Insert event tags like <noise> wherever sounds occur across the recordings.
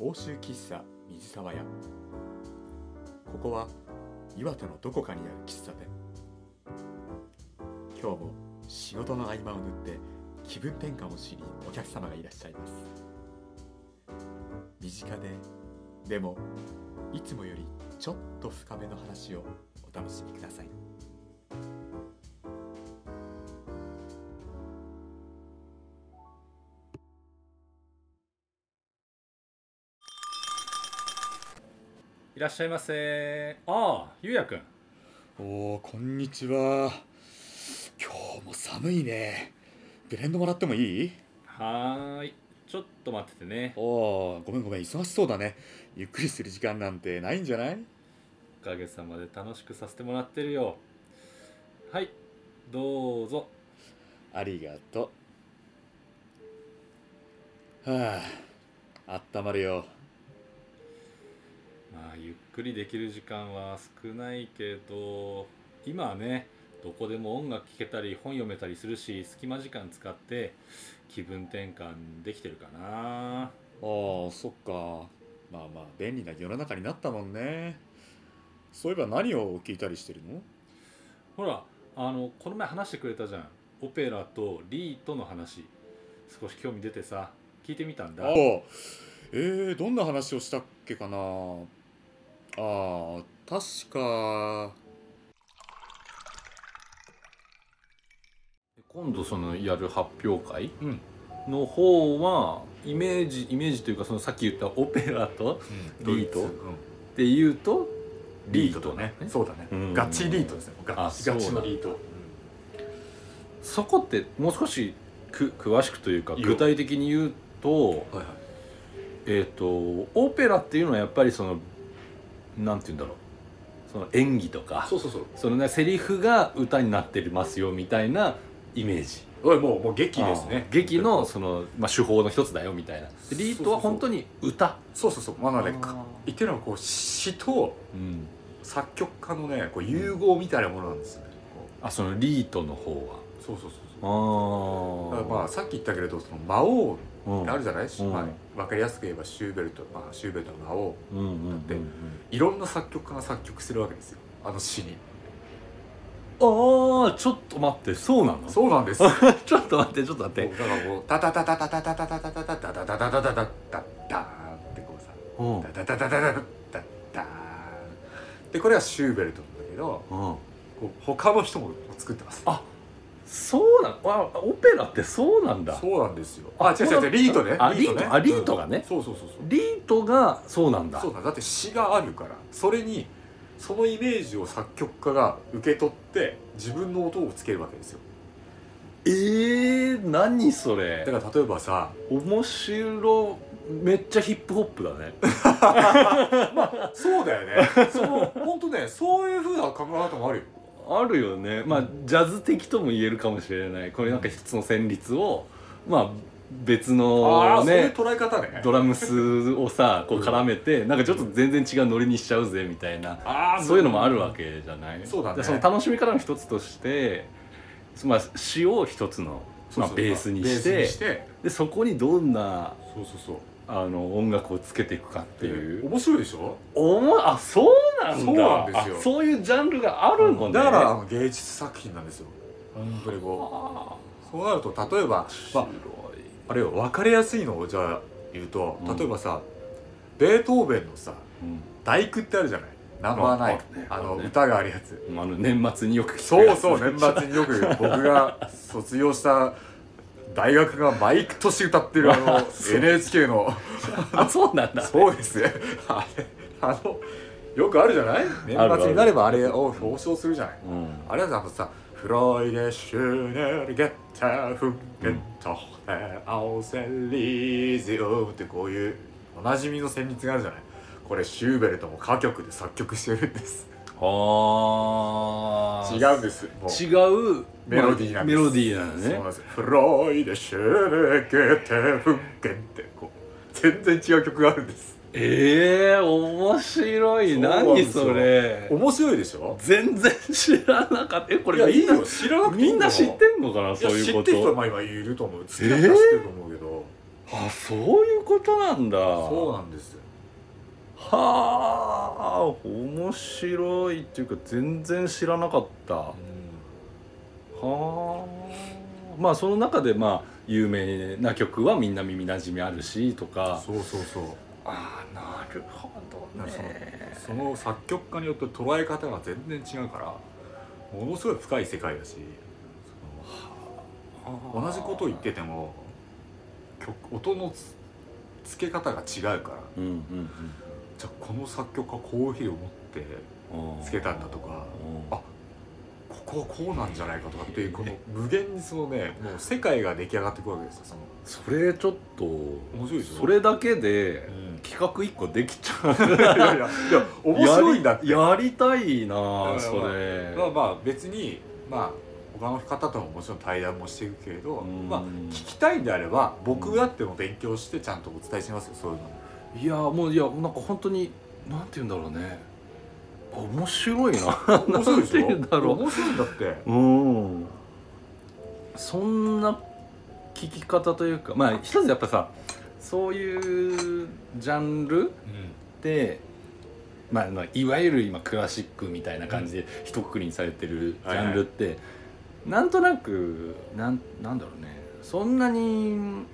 欧州喫茶水沢屋ここは岩手のどこかにある喫茶店今日も仕事の合間を縫って気分転換をしにお客様がいらっしゃいます身近ででもいつもよりちょっと深めの話をお楽しみくださいいらっしゃいませああゆうやくんおおこんにちは今日も寒いねブレンドもらってもいいはーいちょっと待っててねおおごめんごめん忙しそうだねゆっくりする時間なんてないんじゃないおかげさまで楽しくさせてもらってるよはいどうぞありがとうはああったまるよまあゆっくりできる時間は少ないけど今はねどこでも音楽聴けたり本読めたりするし隙間時間使って気分転換できてるかなああそっかまあまあ便利な世の中になったもんねそういえば何を聞いたりしてるのほらあのこの前話してくれたじゃんオペラとリートの話少し興味出てさ聞いてみたんだああえー、どんな話をしたっけかなああ確か今度そのやる発表会うんの方はイメージイメージというかそのさっき言ったオペラとリートうんっていうとリートとねリートそうだね、うんガチリートですねガあチガチそうのだリートそこってもう少しく詳しくというかいいよ具体的に言うとはいはいえっ、とオペラっていうのはやっぱりそのなんて言うんだろうその演技とかそうそうそうそのねセリフが歌になってますよみたいなイメージおいもうもう劇ですねあー劇のその、まあ、手法の一つだよみたいなでリートは本当に歌そうそうそうまあなのであーか言ってるのはこう詩とうん作曲家のねこう融合みたいなものなんですよね、こあそのリートの方はうそうそうそうそうだあからまあさっき言ったけれどその魔王うんがあるじゃない、うんまあ、分かりやすく言えばシューベルト、まあ、シューベルトの魔王うんうんうんうんだっていろんな作曲家が作曲するわけですよあの詩にああちょっと待ってそう <laughs> なのそうなんですよもちょっと待ってちょっと待うだからこうタタタタタタタタタタタタタタタタタタタタダーンってこうさうんダダダダダダダダダーンでこれはシューベルトなんだけどうんこう他の人も作ってますあそうなのあオペラってそうなんだそうなんですよああ違う違う違うリートねあねあリートがねうんそうそうそうそうリートがそうなんだそうだだって詩があるからそれにそのイメージを作曲家が受け取って自分の音をつけるわけですよえー、何それだから例えばさ面白めっちゃヒップホップだ <laughs> ねそうだ <laughs> よねその本当ねそういうふうな考え方もあるよあるよねまあジャズ的とも言えるかもしれないこれなんか一つの旋律をまあ別ああのそういうね捉え方ねドラムスをさこう絡めてなんかちょっと全然違うノリにしちゃうぜみたいなあーそういうのもあるわけじゃないそうだねでその楽しみ方の一つとして、まあ、詩を一つの、そうまあ、そうベースにしベーてスにしてでそこにどんなそうそうそうっあの音楽をつけていくかっていう、面白いでしょおもあそうなんだそうなんですよあそういうジャンルがあるのねだからあの芸術作品なんですよ本当にこあうそうなると例えば、ーまあ面、白いあれよ分かりやすいのをじゃあ言うとうん例えばさ、ベートーベンのさうん大工ってあるじゃないナンバーナインあああるねのあるね歌があるやつあの年末によく聞くそやうつそう年末によく僕が卒業した大学が毎年歌ってるあ <laughs> の NHK の <laughs> あそうなんだそうですね <laughs> あれあのよくあるじゃないある年末になればあれを表彰するじゃないうんあれはさあのさ「フロイデシュネルゲッタフンゲットヘアオセリーズオム」ってこういうおなじみの旋律があるじゃないこれシューベルトも歌曲で作曲してるんですあ違ーうんですもう違うメロディーなんです、メロディーなのそうなんねですフロイデシュレケテフンケンってこう全然違う曲があるんですええー、面白いそうなんで何すよそれ面白いでしょ全然知らなかったえこいやれいみいんなよ知らなくていいみんな知ってるんのかなそそうういいううここ知ってとる人はとまあ今いると思う好きな人は知ってると思うけど、あそういうことなんだそうなんですよはあ面白いっていうか全然知らなかったはあまあその中でまあ有名な曲はみんな耳なじみあるしとかそうそうそうああなるほどなんかそのねその作曲家によって捉え方が全然違うからものすごい深い世界だしその同じことを言ってても曲音のつ付け方が違うからうんうんじゃあこの作曲家こういう日を持ってうんつけたんだとかうんあここはこうなんじゃないかとかっていうこ <laughs> の無限にそのねもう世界が出来上がってくるわけですよそのそれちょっと面白いでしょそれだけでうん企画一個できちゃういやいやいや <laughs> 面白いんだってやりたいなあだからそれまあまあ別にまあ他の方とももちろん対談もしていくけれど、うんまあ聞きたいんであれば僕だっても勉強してちゃんとお伝えしますよそういうのいやもういやなんか本当になんて言うんだろうねあ面白い <laughs> な面白いでしなんて言うんだろょう面白いんだってうんそんな聞き方というかまあ一つやっぱさそういうジャンルで、まあ、まあいわゆる今クラシックみたいな感じで一括りにされてるジャンルって、なんとなくなんなんだろうねそんなに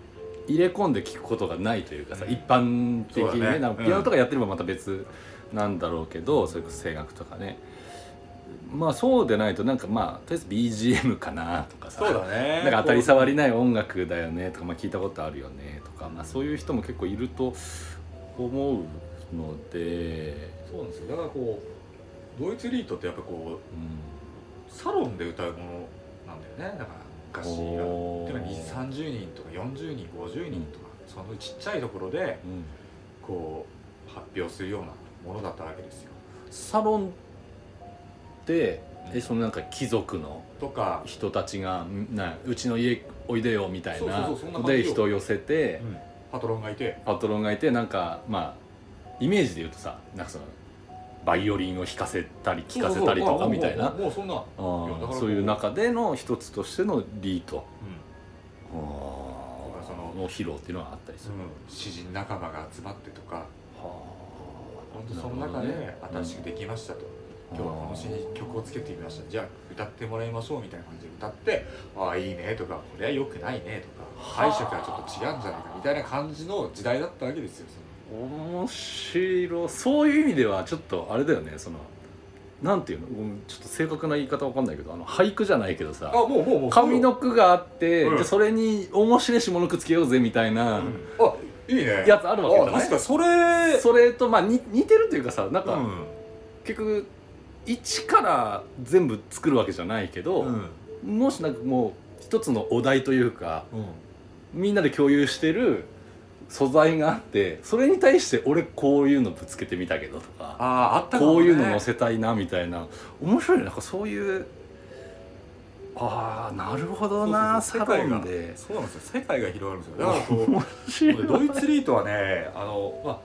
入れ込んで聞くことがないというかさ、うん一般的そにうねだねなんかうんピアノとかやってればまた別なんだろうけど、それこそ声楽とかねまあそうでないとなんかまあとりあえず BGM かなとかさそうだねなんか当たり障りねない音楽だよねとか、まあ、聞いたことあるよねとか、まあ、そういう人も結構いると思うので、そうなんですよだからこうドイツリートってやっぱこううサロンで歌うものなんだよねだから昔はおーでもに30人とか40人50人とか、そのちっちゃいところでんうん、こう発表するようなものだったわけですよサロンってうえんそのなんか貴族のとか、人たちがんなうちの家おいでよみたいなそうそうそうそんなの感じでよ人を寄せて、パトロンがいてパトロンがいてなんかまあイメージで言うとさなんかそのバイオリンを弾かせたり聴かせたりとかみたいなもうもうそんな、いあやだからーこうそういう中での一つとしてのリート。あだからそーのの披露っていうのはあったりすそる。の詩人仲間が集まってとか本当なそるのほど中で、ね新しくできましたと、今日はこの詩に曲をつけてみましたじゃあ歌ってもらいましょうみたいな感じで歌ってああいいねとかこれは良くないねとかはあ解釈はちょっと違うんじゃないかみたいな感じの時代だったわけですよ面白いそういう意味ではちょっとあれだよねそのなんていうのうんちょっと正確な言い方わかんないけどあの俳句じゃないけどそさのあもうもうもう上の句があって、うんでそれに面白い下の句つけようぜみたいなうんあいいねやつあるわけじゃあない確、かにそれそれとまあに似てるというかさなんか、うん結局一から全部作るわけじゃないけど、うんもしなんかもう一つのお題というかうんみんなで共有してる素材があってそれに対して俺こういうのぶつけてみたけどとかあああったかもこねういうの載せたいなみたいな面白いねなんかそういうああなるほどなそうサそうそうロンでそうなんですよ世界が広がるんですよだから <laughs> こう面白いドイツリートはねあの、まあ、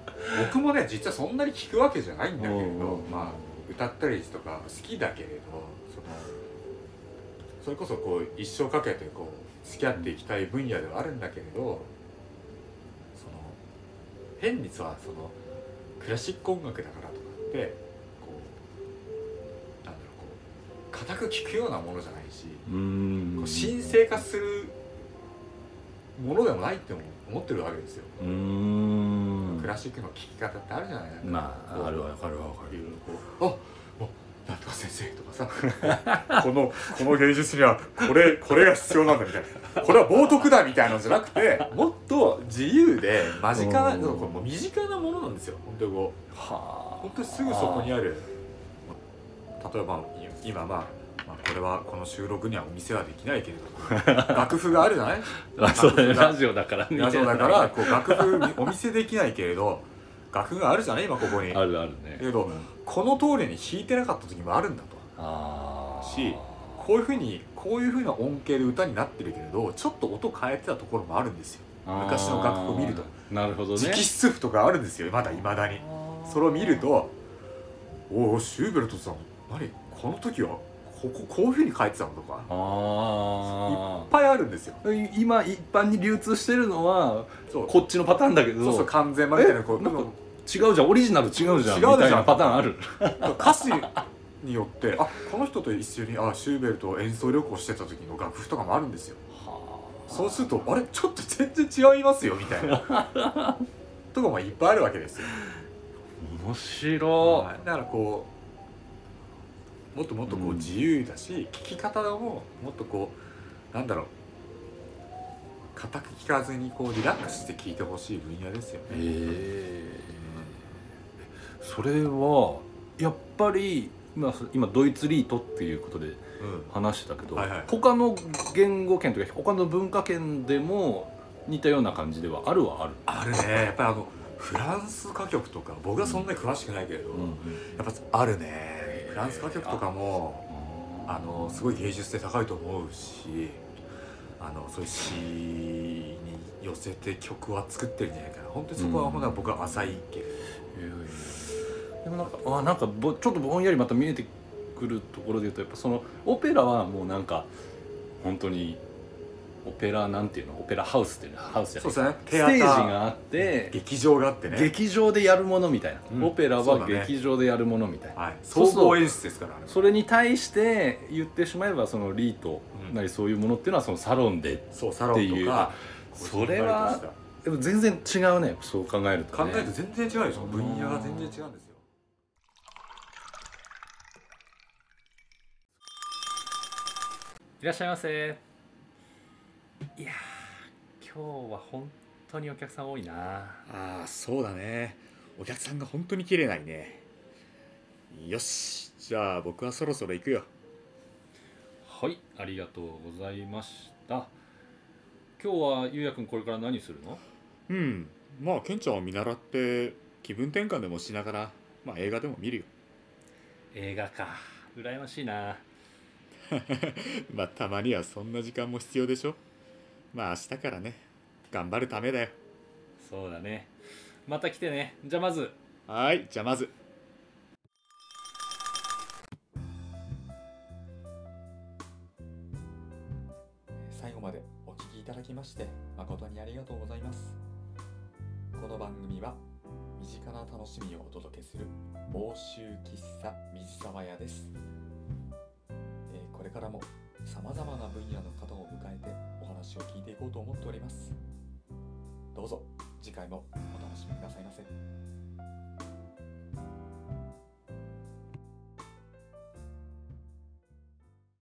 僕もね実はそんなに聞くわけじゃないんだけれうんうんどうん、まあ、歌ったりとか好きだけれどそのそれこそこう一生かけてこう付き合っていきたい分野ではあるんだけれどその変にさそのクラシック音楽だからとかってこうなんだろうこう固く聞くようなものじゃないし。うーんこう神聖化するものでもないって思思ってるわけですよ、うーんクラシックの聴き方ってあるじゃないですか、まこうああるわかるわかいるろいろこうあもうなんとか先生とかさ <laughs> このこの芸術にはこれこれが必要なんだみたいなこれは冒涜だみたいなのじゃなくてもっと自由で間近なうんこうもう身近なものなんですよ本当にこうはあ本当にすぐそこにある例えばい今まあ、まあ、これはこの収録にはお店はできないけれ <laughs> ど楽譜があるじゃないあそうだねラジオだからねラジオだからこう楽譜お見せできないけれど楽譜があるじゃない今ここにあだるあるねけどこの通りに弾いてなかった時もあるんだとあーしこういうふうにこういうふうな音形で歌になってるけれどちょっと音変えてたところもあるんですよ昔の楽譜を見るとあーなるほどね直筆譜とかあるんですよまだいまだにあーそれを見ると「おおシューベルトさん何この時はこここういうふうに書いてたのとかいあっぱいあるんですよあ今一般に流通してるのはそうこっちのパターンだけどそうそう完全版みたいなこうなんかも違うじゃんオリジナル違うじゃん違うじゃんみたいなパターンあるう歌詞によってあこの人と一緒にあシューベルトを演奏旅行してた時の楽譜とかもあるんですよそうするとあれちょっと全然違いますよみたいな <laughs> とかもいっぱいあるわけですよ面白はいだからこうもっともっとこううん自由だし、聞き方ももっとこうなんだろう固く聞かずにこうリラックスして聞いてほしい分野ですよいね。えーそれはやっぱり今今ドイツリートっていうことでうん話してたけど、はいはい他の言語圏というか他の文化圏でも似たような感じではあるはある、あるねやっぱりあのフランス歌曲とか僕はそんなに詳しくないけれど、うんやっぱあるねフランス歌曲とかもあのすごい芸術性高いと思うしあのそういう詩に寄せて曲は作ってるんじゃないかな本当にそこはほな、うん僕は浅いけれど。いやいやいやでもなんかあなんかぼちょっとぼんやりまた見えてくるところで言うとやっぱそのオペラはもうなんか本当にオペラなんていうのオペラハウスっていうのハウスじゃそなういですねステージがあって、劇場があってね劇場でやるものみたいな、うんオペラそうだはね劇場でやるものみたいな、はい、そう総そう合演出ですからあれそれに対して言ってしまえばそのリートうんなりそういうものっていうのはそのサロンでそうサロンっとていうかこうそれはしんがりとしでも全然違うねそう考えるたと、考ね、えると全然違うでしょ分野が全然違うんですよいらっしゃいませいやー今日は本当にお客さん多いなああそうだねお客さんが本当に切れないねよしじゃあ僕はそろそろ行くよはいありがとうございました今日はゆうやくんこれから何するのうんまあケンちゃんを見習って気分転換でもしながら、まあ、映画でも見るよ <laughs> 映画か羨ましいなまあたまにはそんな時間も必要でしょまあ明日からね頑張るためだよそうだねまた来てねじゃあまずはいじゃあまず最後までお聞きいただきまして誠にありがとうございますこの番組は身近な楽しみをお届けする房州喫茶水沢屋です、えーこれからも様々な分野の方を迎えてお話を聞いていこうと思っておりますどうぞ次回もお楽しみくださいませ